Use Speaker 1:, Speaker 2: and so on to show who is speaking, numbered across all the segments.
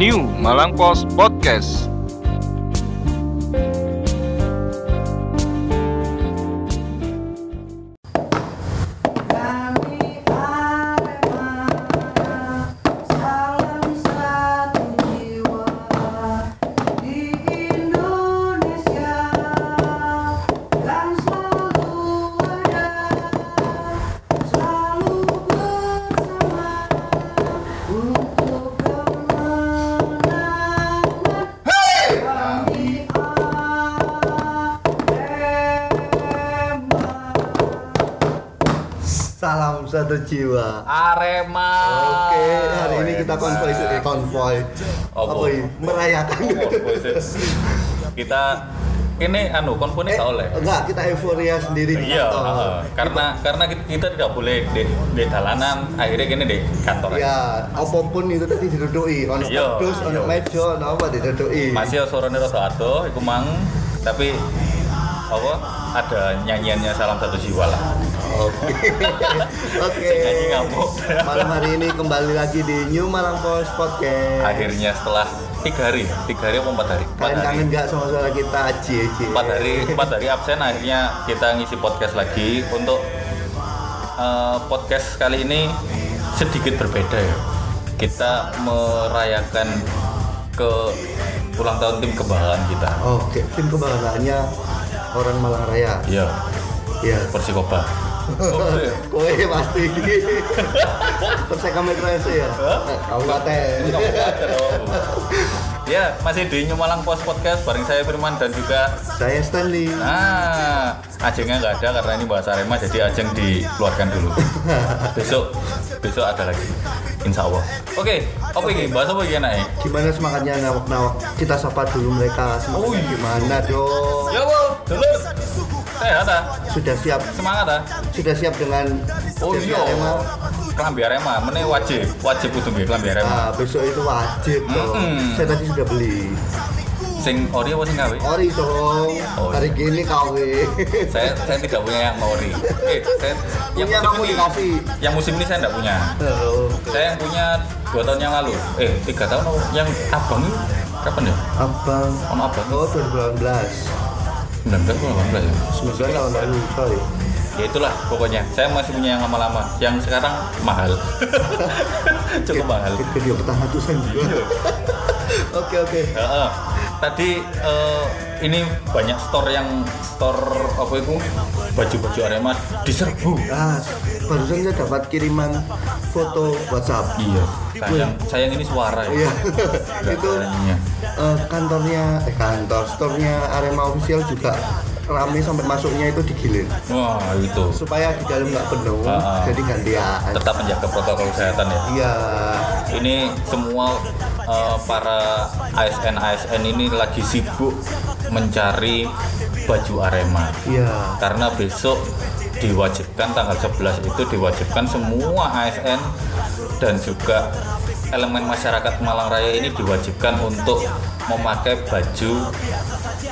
Speaker 1: New Malang Post Podcast.
Speaker 2: Kami Arema, salam satu jiwa di Indonesia kan selalu ada, selalu bersama untuk kemenangan. Kami Arema.
Speaker 3: Salam satu jiwa.
Speaker 4: Arema.
Speaker 3: Oke, hari ini kita konvoy eh, konvoy.
Speaker 4: Apa?
Speaker 3: Apa ini? Merayakan.
Speaker 4: kita ini anu konvoy
Speaker 3: Eh,
Speaker 4: ini gak oleh.
Speaker 3: enggak, kita euforia sendiri di
Speaker 4: Iya,
Speaker 3: kantor.
Speaker 4: heeh. karena karena kita- kita tidak boleh di, di jalanan akhirnya gini di kantor. aja.
Speaker 3: Ya, apapun itu tadi didudui, ono
Speaker 4: Iya,
Speaker 3: pedus, ono
Speaker 4: iya.
Speaker 3: meja, ono apa didudui.
Speaker 4: Masih sorone rada ado iku mang, tapi apa ada nyanyiannya salam satu jiwa lah.
Speaker 3: Oke. Oke.
Speaker 4: Sing nyanyi ngamuk.
Speaker 3: Malam hari ini kembali lagi di New Malang Post Podcast.
Speaker 4: Akhirnya setelah tiga hari, tiga hari apa empat hari? Empat
Speaker 3: Kalian
Speaker 4: hari.
Speaker 3: kangen nggak sama suara kita? Cie, cie.
Speaker 4: empat hari empat hari absen akhirnya kita ngisi podcast lagi untuk eh, podcast kali ini sedikit berbeda ya kita merayakan ke ulang tahun tim kebanggaan kita
Speaker 3: Oke, tim kebanggaannya orang Malang Raya.
Speaker 4: iya
Speaker 3: Iya.
Speaker 4: Persikoba
Speaker 3: Kowe pasti. Perseka Metro FC ya. Kabupaten.
Speaker 4: ya masih di New Malang Post Podcast bareng saya Firman dan juga
Speaker 3: Saya Stanley.
Speaker 4: Nah, ajengnya nggak ada karena ini bahasa Arema, jadi ajeng dikeluarkan dulu. besok, besok ada lagi. Insya Allah. Oke, apa ini? Bahasa apa ini enaknya?
Speaker 3: Gimana semangatnya nawak-nawak? Kita sapa dulu mereka. Semangatnya
Speaker 4: Ui.
Speaker 3: gimana dong?
Speaker 4: Ya, Bo, dulu. Sehat ah,
Speaker 3: Sudah siap,
Speaker 4: semangat ah.
Speaker 3: sudah siap dengan
Speaker 4: Oh
Speaker 3: jersey
Speaker 4: iya,
Speaker 3: Arema?
Speaker 4: kelambi Arema, mana wajib, wajib kudu nggih kelambi
Speaker 3: Ah,
Speaker 4: Arema.
Speaker 3: besok itu wajib dong.
Speaker 4: Mm-mm.
Speaker 3: Saya tadi sudah beli.
Speaker 4: Sing ori apa sing gawe?
Speaker 3: Ori dong.
Speaker 4: Oh,
Speaker 3: Hari gini eh. KW.
Speaker 4: Saya, saya tidak punya yang ori. Eh, saya, yang
Speaker 3: Punya kamu
Speaker 4: musim ini,
Speaker 3: dikasih.
Speaker 4: yang musim ini saya tidak punya.
Speaker 3: Oh,
Speaker 4: Saya yang punya dua tahun yang lalu. Eh, tiga tahun apa? yang abang itu kapan ya?
Speaker 3: Abang.
Speaker 4: Ono abang.
Speaker 3: Oh, 2018.
Speaker 4: 19 atau 18 ya?
Speaker 3: 19 tahun lalu, coy.
Speaker 4: Ya itulah pokoknya. Saya masih punya yang lama-lama. Yang sekarang mahal. Cukup mahal.
Speaker 3: Video petang ratusan juga. Oke, oke.
Speaker 4: Heeh. Tadi eh, ini banyak store yang store apa itu baju-baju Arema diserbu.
Speaker 3: Ah, barusan saya dapat kiriman foto WhatsApp.
Speaker 4: Iya. Sayang, sayang ini suara ya.
Speaker 3: Iya. itu
Speaker 4: Suaranya.
Speaker 3: eh, kantornya, eh kantor, store-nya Arema Official juga rame sampai masuknya itu digilir
Speaker 4: Wah, itu.
Speaker 3: supaya di dalam nggak penuh
Speaker 4: Ah.
Speaker 3: jadi gantian
Speaker 4: Tetap menjaga protokol kesehatan ya.
Speaker 3: iya
Speaker 4: ini semua eh, para ASN ASN ini lagi sibuk mencari baju Arema
Speaker 3: iya
Speaker 4: karena besok diwajibkan tanggal 11 itu diwajibkan semua ASN dan juga elemen masyarakat Malang Raya ini diwajibkan untuk memakai baju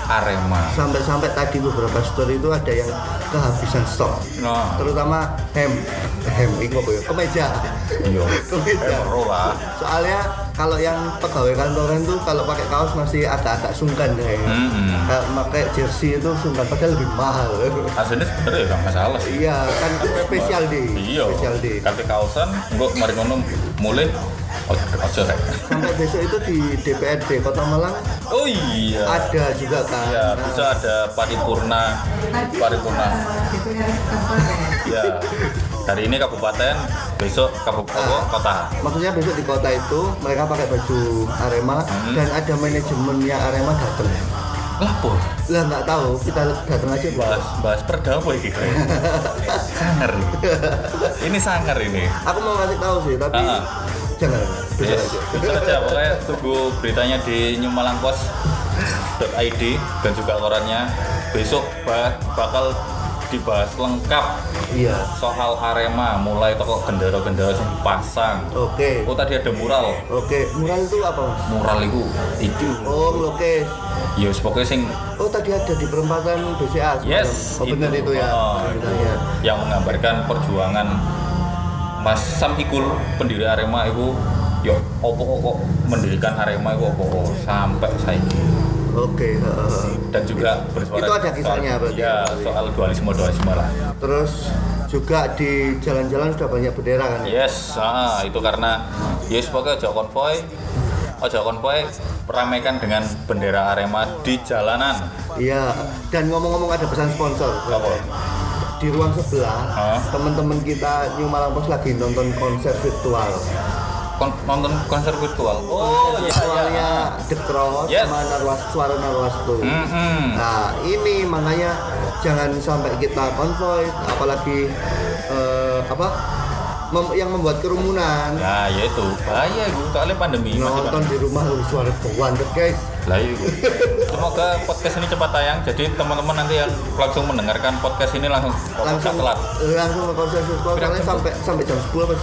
Speaker 4: Arema.
Speaker 3: sampai-sampai tadi beberapa store itu ada yang kehabisan stok
Speaker 4: Nah,
Speaker 3: terutama hem hem itu apa ya kemeja
Speaker 4: iya.
Speaker 3: kemeja
Speaker 4: Ero lah.
Speaker 3: soalnya kalau yang pegawai kantoran tuh kalau pakai kaos masih agak-agak sungkan ya
Speaker 4: Mm-mm.
Speaker 3: kalau pakai jersey itu sungkan padahal lebih mahal
Speaker 4: Aslinya sebenarnya ya nggak masalah sih.
Speaker 3: iya kan spesial day
Speaker 4: Iya.
Speaker 3: spesial day
Speaker 4: Kate kausan, gue mari ngono mulai oh, aja rek.
Speaker 3: sampai besok itu di DPRD Kota Malang
Speaker 4: Oh iya.
Speaker 3: ada juga kan
Speaker 4: Ya,
Speaker 3: Nah,
Speaker 4: bisa ada paripurna, paripurna. Ya. Hari ini kabupaten, besok kabupaten kota.
Speaker 3: maksudnya besok di kota itu mereka pakai baju Arema
Speaker 4: Hmm.
Speaker 3: dan ada manajemennya Arema datang
Speaker 4: Lapor.
Speaker 3: lah nggak tahu kita datang aja Pak.
Speaker 4: Bahas bahas perdamai gitu. sangar. Ini sangar ini.
Speaker 3: aku mau ngasih tahu sih tapi
Speaker 4: Ah.
Speaker 3: jangan besok
Speaker 4: Yes,
Speaker 3: aja
Speaker 4: bisa aja pokoknya tunggu beritanya di newmalangpos.id dan juga korannya besok ba- bakal dibahas lengkap
Speaker 3: iya
Speaker 4: soal Arema mulai toko gendera-gendera yang dipasang
Speaker 3: oke
Speaker 4: oh tadi ada mural
Speaker 3: Oke, mural itu apa mas?
Speaker 4: mural itu itu
Speaker 3: Oh, melukis.
Speaker 4: ya yes, pokoknya sing
Speaker 3: Oh, tadi ada di perempatan BCA. semalam.
Speaker 4: Yes,
Speaker 3: Oh, benar
Speaker 4: itu.
Speaker 3: itu, ya.
Speaker 4: Oh,
Speaker 3: Benar ya.
Speaker 4: yang menggambarkan perjuangan Mas Sam Ikul pendiri Arema itu yo opo kok mendirikan Arema itu opo kok sampai saiki
Speaker 3: Oke. heeh.
Speaker 4: dan juga bersuara
Speaker 3: Itu ada
Speaker 4: soal-
Speaker 3: kisahnya berarti
Speaker 4: iya,
Speaker 3: ya.
Speaker 4: soal dualisme dualisme lah
Speaker 3: Terus juga di jalan-jalan sudah banyak bendera kan? ya?
Speaker 4: yes ah, itu karena yes pokoknya ojo konvoy ojo konvoy ramaikan dengan bendera Arema di jalanan
Speaker 3: Iya. Dan ngomong-ngomong ada pesan sponsor.
Speaker 4: Apa?
Speaker 3: Di ruang sebelah
Speaker 4: Hah?
Speaker 3: teman-teman kita New Malang Pos lagi nonton konser virtual.
Speaker 4: Kon- nonton konser virtual oh iya iya
Speaker 3: Virtualnya The Cross
Speaker 4: Yes. Hmm.
Speaker 3: sama Narwas Suara Narwastu.
Speaker 4: Mm-mm.
Speaker 3: Nah ini makanya jangan sampai kita konvoy, apalagi eh, apa mem- yang membuat kerumunan.
Speaker 4: Nah, ya itu bahaya itu soalnya pandemi. masih
Speaker 3: nonton di rumah lu suara kewandet guys
Speaker 4: pandemi. Lah, iya. Semoga podcast ini cepat tayang. Jadi teman-teman nanti yang langsung mendengarkan podcast ini langsung oh,
Speaker 3: langsung
Speaker 4: telat.
Speaker 3: langsung ke konser virtual
Speaker 4: Berapa
Speaker 3: karena
Speaker 4: jam?
Speaker 3: sampai sampai jam 10 apa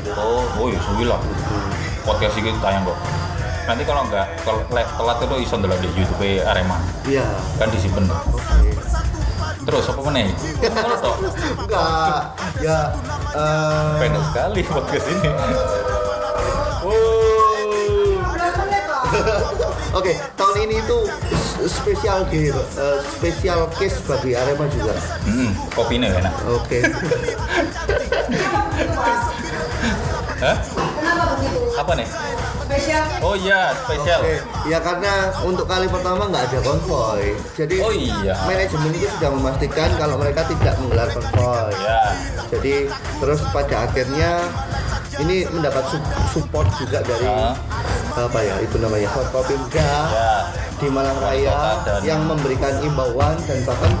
Speaker 3: 11 gitu
Speaker 4: Oh, oh iya, suwi lah. Podcast ini tayang kok. Nanti kalau enggak, kalau le- telat itu iso ndelok di YouTube ya, Arema.
Speaker 3: iya
Speaker 4: Kan disimpen. Terus apa meneh? Ngono toh.
Speaker 3: enggak ya eh,
Speaker 4: Pendek sekali podcast ini. Wow.
Speaker 3: Oke, tahun ini itu s- spesial gitu, eh, spesial case bagi Arema juga.
Speaker 4: Hmm, kopinya enak.
Speaker 3: Oke,
Speaker 4: Hah?
Speaker 2: Kenapa begitu?
Speaker 4: Apa nih?
Speaker 2: Spesial
Speaker 4: Oh iya, spesial.
Speaker 3: oke. ya karena untuk kali pertama nggak ada konvoy, jadi
Speaker 4: Oh iya.
Speaker 3: manajemen itu sudah memastikan kalau mereka tidak menggelar konvoy.
Speaker 4: Ya.
Speaker 3: jadi terus pada akhirnya ini mendapat su- support juga dari
Speaker 4: Ya.
Speaker 3: apa ya itu namanya Forkopimda
Speaker 4: Ya.
Speaker 3: di Malang
Speaker 4: Wali
Speaker 3: Raya
Speaker 4: kota dan-
Speaker 3: yang memberikan imbauan dan bahkan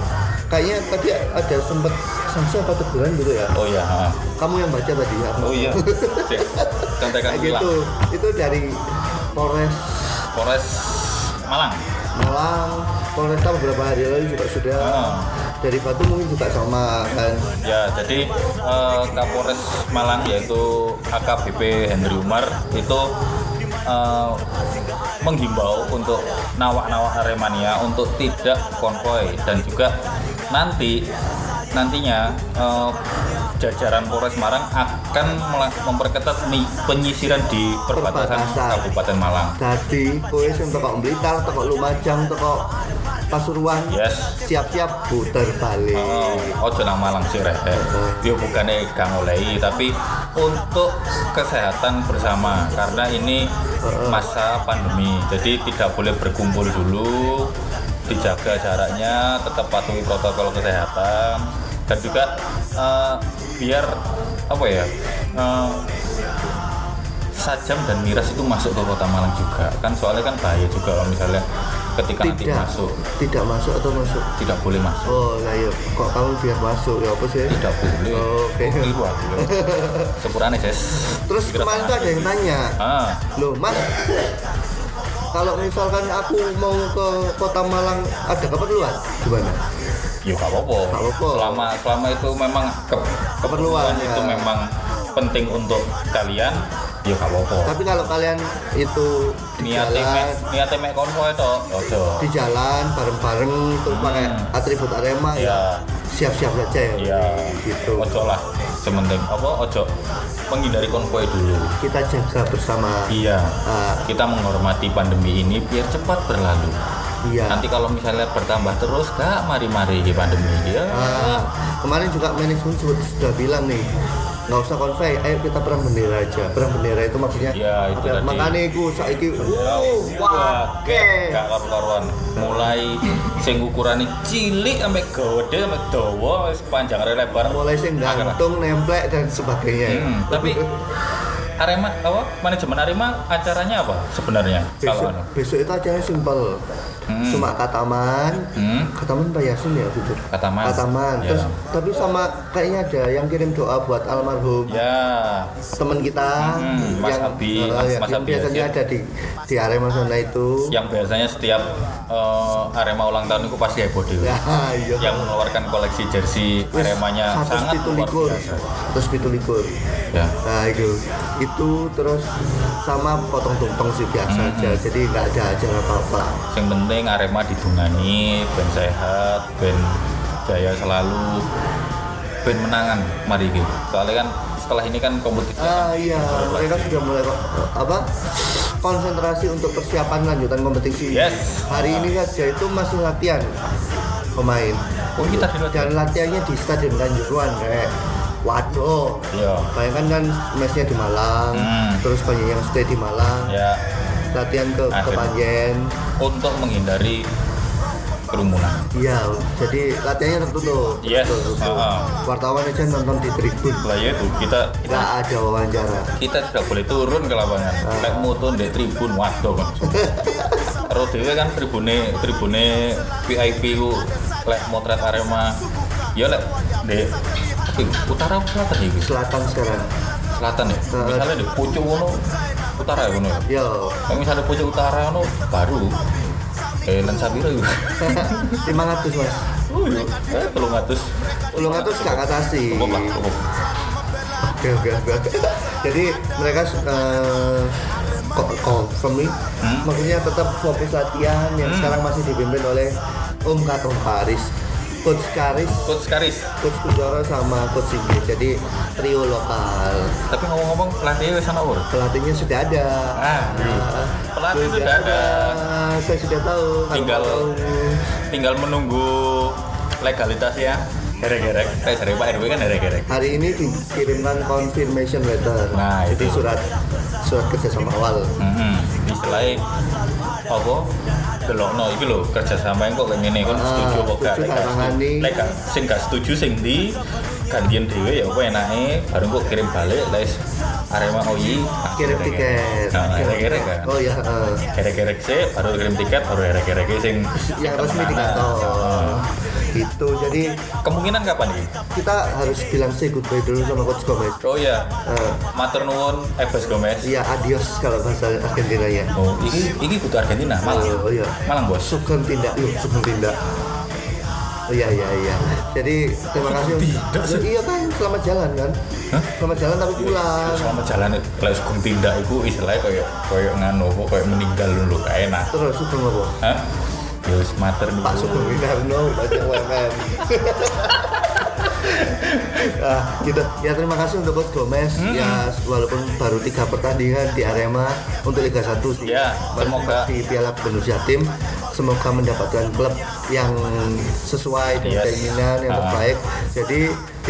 Speaker 3: kayaknya tadi ada sempet sanksi apa teguran gitu ya
Speaker 4: Oh iya. ha.
Speaker 3: kamu yang baca tadi ya
Speaker 4: Oh iya. Cek. Contekan
Speaker 3: kayak
Speaker 4: hilang.
Speaker 3: gitu itu dari Polres
Speaker 4: Polres Malang.
Speaker 3: Malang Polresta beberapa hari lalu juga sudah
Speaker 4: Ah.
Speaker 3: dari Batu mungkin juga sama kan
Speaker 4: Ya, jadi eh, Kapolres Malang yaitu AKBP Henry Umar itu eh, menghimbau untuk nawak-nawak Aremania untuk tidak konvoy dan juga nanti nantinya eh, jajaran Polres Malang akan mela- memperketat mi- penyisiran di perbatasan
Speaker 3: Perbatasan.
Speaker 4: Kabupaten Malang.
Speaker 3: tadi kowe sing teko Blitar, teko Lumajang, teko Pasuruan.
Speaker 4: Yes.
Speaker 3: Siap-siap putar balik.
Speaker 4: Oh, ojo nang Malang sih reh. Dia bukannya gak ngolei, tapi untuk kesehatan bersama karena ini masa pandemi. Jadi tidak boleh berkumpul dulu, dijaga jaraknya, tetap patuhi protokol kesehatan dan juga eh, biar apa ya? eh, sajam dan miras itu masuk ke kota Malang juga kan soalnya kan bahaya juga kalau misalnya ketika nanti
Speaker 3: Tidak.
Speaker 4: masuk
Speaker 3: Tidak masuk atau masuk?
Speaker 4: tidak boleh masuk
Speaker 3: Oh, lah ya. Kok kamu biar masuk ya apa sih?
Speaker 4: tidak boleh
Speaker 3: Oke.
Speaker 4: keliru aku loh sepurane ses
Speaker 3: Terus
Speaker 4: Kira
Speaker 3: kemarin tuh
Speaker 4: tengah.
Speaker 3: ada yang tanya,
Speaker 4: ah
Speaker 3: "Loh, Mas, kalau misalkan aku mau ke Kota Malang ada keperluan gimana?"
Speaker 4: ya gak apa-apa
Speaker 3: Gak apa-apa.
Speaker 4: selama selama itu memang ke- keperluan
Speaker 3: Keperluan,
Speaker 4: itu
Speaker 3: ya.
Speaker 4: memang penting untuk kalian ya gak apa-apa
Speaker 3: Tapi kalau kalian itu di
Speaker 4: niatnya mek
Speaker 3: jalan,
Speaker 4: niatnya mek konvoy toh ojo
Speaker 3: di jalan bareng-bareng terus pakai
Speaker 4: Hmm.
Speaker 3: atribut Arema
Speaker 4: ya
Speaker 3: ya siap-siap saja ya.
Speaker 4: ya
Speaker 3: Gitu.
Speaker 4: ojo lah sementing apa ojo menghindari konvoy dulu
Speaker 3: Kita jaga bersama.
Speaker 4: iya
Speaker 3: Ah,
Speaker 4: kita menghormati pandemi ini biar cepat berlalu
Speaker 3: iya.
Speaker 4: nanti kalau misalnya bertambah terus gak mari-mari di pandemi ya
Speaker 3: Ah, kemarin juga manajemen sudah, sudah bilang nih nggak usah konvei, ayo kita perang bendera aja. Perang bendera itu maksudnya
Speaker 4: Ya, itu tadi. Iya,
Speaker 3: makanya iku saiki wow,
Speaker 4: Wake,
Speaker 3: wake.
Speaker 4: gak karu-karuan. Mulai sing ukurane cilik sampai gede sampai dawa wis panjang lebar.
Speaker 3: Mulai sing gantung, nemplek dan sebagainya. ya.
Speaker 4: Hmm, tapi Arema apa manajemen Arema acaranya apa sebenarnya? Kalau
Speaker 3: besok,
Speaker 4: anu.
Speaker 3: besok itu acaranya simpel.
Speaker 4: Hmm.
Speaker 3: Cuma kataman,
Speaker 4: Hmm.
Speaker 3: kataman Pak Yasin ya gitu.
Speaker 4: Kataman.
Speaker 3: Kataman.
Speaker 4: Ya.
Speaker 3: Terus tapi sama kayaknya ada yang kirim doa buat almarhum.
Speaker 4: Ya,
Speaker 3: teman kita
Speaker 4: Hmm, Mas Abi,
Speaker 3: eh,
Speaker 4: Mas-
Speaker 3: yang
Speaker 4: Mas Abi
Speaker 3: biasanya
Speaker 4: Yasin.
Speaker 3: ada di di Arema sana itu
Speaker 4: yang biasanya setiap eh, Arema ulang tahun itu pasti heboh dhewe.
Speaker 3: ya iya
Speaker 4: Yang mengeluarkan koleksi jersei
Speaker 3: Wis,
Speaker 4: Aremanya
Speaker 3: satu
Speaker 4: sangat
Speaker 3: pitu
Speaker 4: luar
Speaker 3: likur
Speaker 4: biasa.
Speaker 3: terus pitu likur
Speaker 4: Ya.
Speaker 3: nah itu itu terus sama potong tumpeng sih biasa
Speaker 4: Hmm,
Speaker 3: aja jadi nggak ada acara apa apa
Speaker 4: yang penting Arema didungani ben sehat ben jaya selalu ben menangan mari iki soalnya kan setelah ini kan kompetitif
Speaker 3: Ah iya, mereka sudah mulai apa konsentrasi untuk persiapan lanjutan kompetisi.
Speaker 4: Yes.
Speaker 3: Hari ini saja itu masih latihan pemain
Speaker 4: oh kita di latihan
Speaker 3: dan latihannya di Stadion Kanjuruan kayak waduh.
Speaker 4: Iya.
Speaker 3: Bayangkan kan matchnya di Malang,
Speaker 4: Hmm.
Speaker 3: terus banyak yang stay di Malang,
Speaker 4: ya
Speaker 3: latihan ke ke
Speaker 4: Akhirnya.
Speaker 3: Panjen.
Speaker 4: untuk menghindari kerumunan
Speaker 3: Iya, jadi latihannya tertutup.
Speaker 4: Yes.
Speaker 3: tertutup.
Speaker 4: Ah.
Speaker 3: Wartawan aja nonton di tribun,
Speaker 4: lah ya itu kita
Speaker 3: nggak ada wawancara.
Speaker 4: kita tidak boleh turun ke lapangan lek moto di tribun waduh kan karo dhewe kan tribune tribune VIP ku lek motret Arema ya lek di tapi utara apa selatan iki
Speaker 3: Selatan sekarang,
Speaker 4: selatan ya
Speaker 3: Heeh.
Speaker 4: misalnya di pucuk ngono utara ya ngono ya
Speaker 3: yo
Speaker 4: kalau misalnya pucuk utara ngono baru eh lan sabiro iku
Speaker 3: 500 mas.
Speaker 4: Oh, iya. eh telung atus
Speaker 3: Ulung atus gak katasi.
Speaker 4: cukup lah cukup
Speaker 3: Oke oke oke. Jadi mereka eh, kok confirm nih,
Speaker 4: Hmm?
Speaker 3: maksudnya tetap fokus latihan yang sekarang masih dipimpin oleh Om Katon Paris, Coach Karis,
Speaker 4: coach Karis
Speaker 3: Coach Kudoro sama Coach Singgi. Jadi trio lokal.
Speaker 4: tapi ngomong-ngomong pelatihnya wis ana ora
Speaker 3: Pelatihnya sudah ada.
Speaker 4: Ah, pelatih sudah ada.
Speaker 3: Saya sudah tahu. kalau
Speaker 4: Tinggal-
Speaker 3: mau tahu.
Speaker 4: tinggal menunggu legalitas ya gerek-gerek eh dari Pak RW kan gerek-gerek
Speaker 3: Hari ini dikirimkan confirmation letter.
Speaker 4: Nah,
Speaker 3: Jadi
Speaker 4: itu.
Speaker 3: surat surat kerjasama awal.
Speaker 4: hmm, istilahnya apa delok no iki lho kerjasama yang kok kayak gini kan
Speaker 3: Ah,
Speaker 4: setuju apa gak
Speaker 3: setuju
Speaker 4: Lek gak
Speaker 3: tangani.
Speaker 4: setuju- lek gak- sing gak setuju sing di gantian dhewe ya apa enake baru kok kirim balik les Arema OI ah,
Speaker 3: Kirim
Speaker 4: gerek-gerek.
Speaker 3: tiket.
Speaker 4: Nah, gerek-gerek kan
Speaker 3: Oh ya. eh.
Speaker 4: gerek-gerek sih baru kirim tiket baru gerek-gerek sing
Speaker 3: yang resmi di kantor
Speaker 4: Oh.
Speaker 3: gitu jadi
Speaker 4: kemungkinan kapan nih
Speaker 3: kita harus bilang say goodbye dulu sama coach Gomez
Speaker 4: oh ya
Speaker 3: Eh,
Speaker 4: matur nuwun Ebes Gomez
Speaker 3: iya adios kalau bahasa Argentina ya
Speaker 4: Oh, ini ini butuh Argentina, Malang.
Speaker 3: oh iya
Speaker 4: Malang bos.
Speaker 3: sugeng tindak yuk sugeng tindak oh iya iya iya jadi terima kasih
Speaker 4: Tidak, sih.
Speaker 3: iya kan selamat jalan kan
Speaker 4: Hah?
Speaker 3: selamat jalan tapi pulang
Speaker 4: Selama jalan kalau hukum tindak itu istilahnya kayak kayak nganu, kok kayak meninggal dulu kayak enak.
Speaker 3: terus sugeng apa
Speaker 4: Hah? Ya wis mater dulu.
Speaker 3: Pak Sugeng
Speaker 4: kan.
Speaker 3: Winarno banyak UMM Nah, gitu. Ya terima kasih untuk Coach Gomez.
Speaker 4: Hmm.
Speaker 3: Ya walaupun baru tiga pertandingan di Arema untuk Liga 1 sih.
Speaker 4: Ya,
Speaker 3: Baru sempat
Speaker 4: semoga.
Speaker 3: di Piala Gubernur Jatim semoga mendapatkan klub yang sesuai dengan
Speaker 4: Yes.
Speaker 3: keinginan yang
Speaker 4: Ah.
Speaker 3: terbaik. Jadi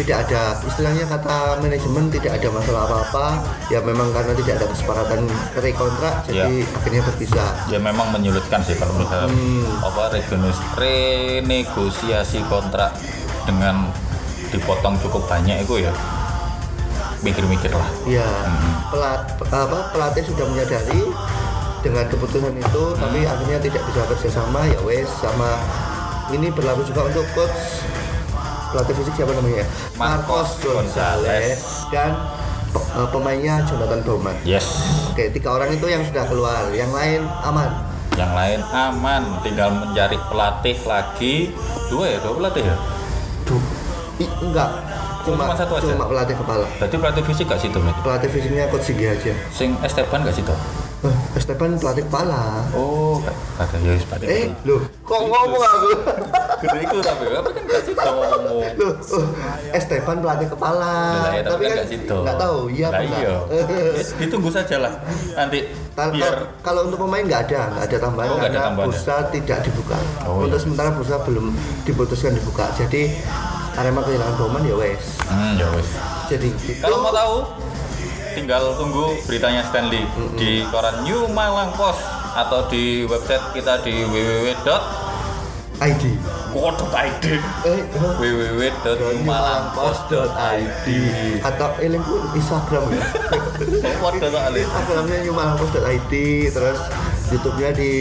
Speaker 3: tidak ada istilahnya kata manajemen tidak ada masalah apa-apa. Ya memang karena tidak ada kesepakatan rekontrak jadi akhirnya berpisah.
Speaker 4: Ya memang menyulitkan sih kalau misalnya apa regenis- renegosiasi kontrak dengan dipotong cukup banyak itu ya mikir-mikir lah.
Speaker 3: Ya,
Speaker 4: Hmm.
Speaker 3: pelat, apa, pelatih sudah menyadari dengan keputusan itu, tapi
Speaker 4: Hmm.
Speaker 3: akhirnya tidak bisa kerjasama. Ya wes, sama ini berlaku juga untuk coach pelatih fisik siapa namanya? ya?
Speaker 4: Marcos Gonzalez.
Speaker 3: dan pe- eh, pemainnya Jonathan Bowman.
Speaker 4: Yes.
Speaker 3: Oke, tiga orang itu yang sudah keluar, yang lain aman.
Speaker 4: Yang lain aman, tinggal mencari pelatih lagi. Dua ya, dua pelatih ya.
Speaker 3: Duh, i- enggak,
Speaker 4: Cuma
Speaker 3: cuma
Speaker 4: satu aja?
Speaker 3: cuma pelatih kepala.
Speaker 4: Berarti pelatih fisik gak situ berarti?
Speaker 3: Pelatih fisiknya coach Sigi aja.
Speaker 4: Sing Esteban gak situ?
Speaker 3: Eh, Esteban pelatih kepala.
Speaker 4: Oh, gak ada ya wis berarti.
Speaker 3: Eh, loh, kok ngomong aku?
Speaker 4: gede itu tapi apa kan gak situ ngomong.
Speaker 3: Loh, oh, Esteban pelatih kepala.
Speaker 4: Lah ya, tapi kan
Speaker 3: kan
Speaker 4: gak situ.
Speaker 3: nggak tahu, iya
Speaker 4: Lah
Speaker 3: apa enggak.
Speaker 4: iya. Wis, Ditunggu saja lah. Nanti
Speaker 3: Tar-
Speaker 4: biar
Speaker 3: tar- kalau untuk pemain nggak ada, nggak ada tambahan
Speaker 4: Oh, nggak ada
Speaker 3: karena
Speaker 4: tambahan ya?
Speaker 3: bursa tidak dibuka.
Speaker 4: Oh,
Speaker 3: untuk
Speaker 4: iya.
Speaker 3: sementara bursa belum diputuskan dibuka. Jadi Arema kehilangan Bowman ya wes.
Speaker 4: hmm, ya wis.
Speaker 3: Jadi gitu.
Speaker 4: Kalau mau tahu tinggal tunggu beritanya Stanley di koran New Malang Post atau di website kita di www.co.id
Speaker 3: ID. Eh, eh,
Speaker 4: www.newmalangpost.id
Speaker 3: atau eh, link pun Instagram ya.
Speaker 4: Waduh, soalnya.
Speaker 3: Instagramnya nyumalangpost.id terus YouTube-nya di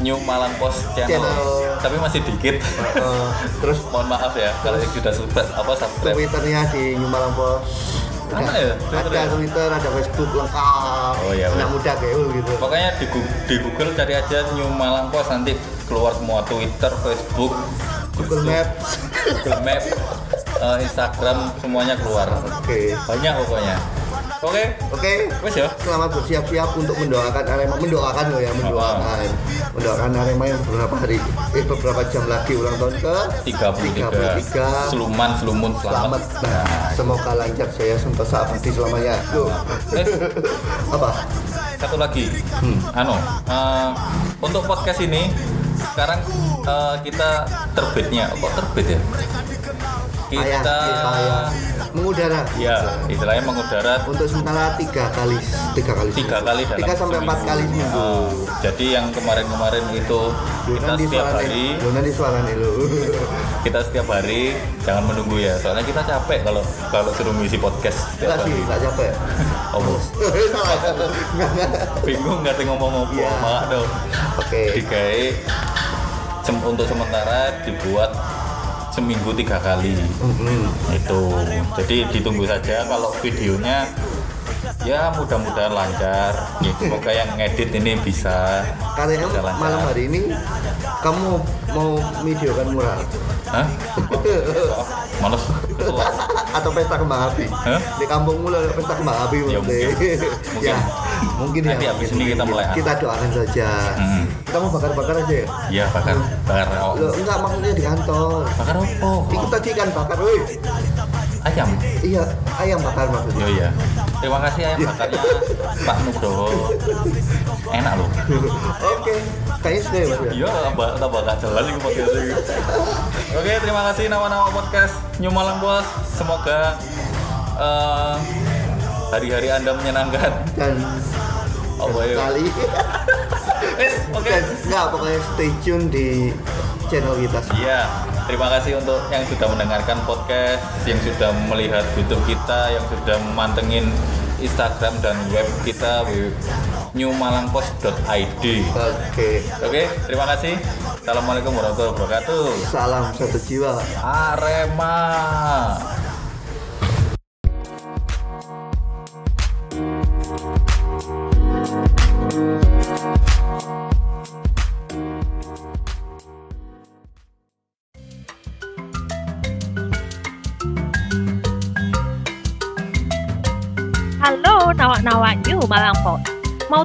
Speaker 4: New Malang Post channel,
Speaker 3: Channel.
Speaker 4: tapi masih dikit
Speaker 3: eh, terus
Speaker 4: mohon maaf ya kalau yang sudah subscribe apa subscribe
Speaker 3: Twitternya di Nyumalang Pos
Speaker 4: Mana ya? Twitter
Speaker 3: ada
Speaker 4: ya?
Speaker 3: Twitter, ada Facebook lengkap.
Speaker 4: Oh, iya,
Speaker 3: Anak
Speaker 4: Mas.
Speaker 3: muda gaul gitu.
Speaker 4: Pokoknya di, Gu- di Google cari aja New Malang Post nanti keluar semua Twitter, Facebook,
Speaker 3: Google Maps.
Speaker 4: Google Map, eh, Instagram semuanya keluar.
Speaker 3: Oke.
Speaker 4: Banyak pokoknya. Oke,
Speaker 3: Oke.
Speaker 4: wes ya.
Speaker 3: Selamat bersiap-siap untuk mendoakan Arema, mendoakan loh ya,
Speaker 4: Ah,
Speaker 3: mendoakan, mendoakan Arema yang beberapa hari, eh beberapa jam lagi ulang tahun ke
Speaker 4: 33
Speaker 3: 33.
Speaker 4: Seluman Selumun
Speaker 3: Selamat.
Speaker 4: selamat.
Speaker 3: Nah, semoga lancar saya sentosa abdi selamanya. Loh.
Speaker 4: Eh,
Speaker 3: Apa?
Speaker 4: satu lagi. Anu, eh, untuk podcast ini sekarang eh, kita terbitnya kok terbit ya?
Speaker 3: Ayah,
Speaker 4: Kita
Speaker 3: eh, ayah. mengudara.
Speaker 4: ya istilahnya mengudara
Speaker 3: Untuk sementara tiga kali, tiga kali.
Speaker 4: tiga kali dalam
Speaker 3: Tiga sampai empat
Speaker 4: seminggu.
Speaker 3: kali seminggu.
Speaker 4: Ah, jadi yang kemarin-kemarin itu kita
Speaker 3: Donan di
Speaker 4: setiap
Speaker 3: suara
Speaker 4: hari
Speaker 3: nih, Donan di suara nih lu.
Speaker 4: kita setiap hari jangan menunggu ya soalnya kita capek kalau kalau suruh ngisi podcast
Speaker 3: Enggak
Speaker 4: setiap
Speaker 3: sih,
Speaker 4: hari.
Speaker 3: enggak capek.
Speaker 4: Oh, bos.
Speaker 3: Salah. Enggak, enggak.
Speaker 4: bingung nggak tahu ngomong apa
Speaker 3: Iya.
Speaker 4: malah dong
Speaker 3: Oke.
Speaker 4: digawe sem- untuk sementara dibuat seminggu tiga kali
Speaker 3: Mm-mm.
Speaker 4: itu jadi ditunggu saja kalau videonya ya mudah-mudahan lancar Ya, semoga yang ngedit ini bisa
Speaker 3: Katanya
Speaker 4: bisa lancar.
Speaker 3: malam hari ini kamu mau kan videokan mural
Speaker 4: Hah? Oh, Males. Kesel.
Speaker 3: atau pesta kembang api
Speaker 4: Hah?
Speaker 3: di kampungmu lah ada pesta kembang api
Speaker 4: Ya,
Speaker 3: berarti.
Speaker 4: mungkin.
Speaker 3: ya mungkin ya
Speaker 4: Nanti habis
Speaker 3: mungkin,
Speaker 4: ini kita
Speaker 3: mungkin.
Speaker 4: mulai.
Speaker 3: kita doakan saja
Speaker 4: Mm.
Speaker 3: kita mau bakar-bakar aja ya
Speaker 4: Iya bakar bakar awak.
Speaker 3: Loh, enggak maksudnya di kantor
Speaker 4: Bakar apa?
Speaker 3: itu tadi ikan bakar woi
Speaker 4: Ayam.
Speaker 3: iya ayam bakar maksudnya
Speaker 4: Yo ya. Terima kasih ayam bakarnya Pak Nugroho. Enak loh.
Speaker 3: oke kayaknya sudah ya mas ya
Speaker 4: Iya, tambah tambah gak jelas ini podcast ini. Oke, terima kasih nama-nama podcast New Malang Bos. Semoga eh, hari-hari Anda menyenangkan.
Speaker 3: dan
Speaker 4: Apa ya?
Speaker 3: kali
Speaker 4: Eh, oke.
Speaker 3: dan enggak pokoknya stay tune di channel kita
Speaker 4: Iya, terima kasih untuk yang sudah mendengarkan podcast, yang sudah melihat YouTube kita, yang sudah memantengin Instagram dan web kita newmalangpost.id.
Speaker 3: oke
Speaker 4: Oke, terima kasih. Assalamualaikum warahmatullahi wabarakatuh.
Speaker 3: salam satu jiwa
Speaker 4: Arema.
Speaker 5: Halo nawak-nawak New Malang Pos. Mau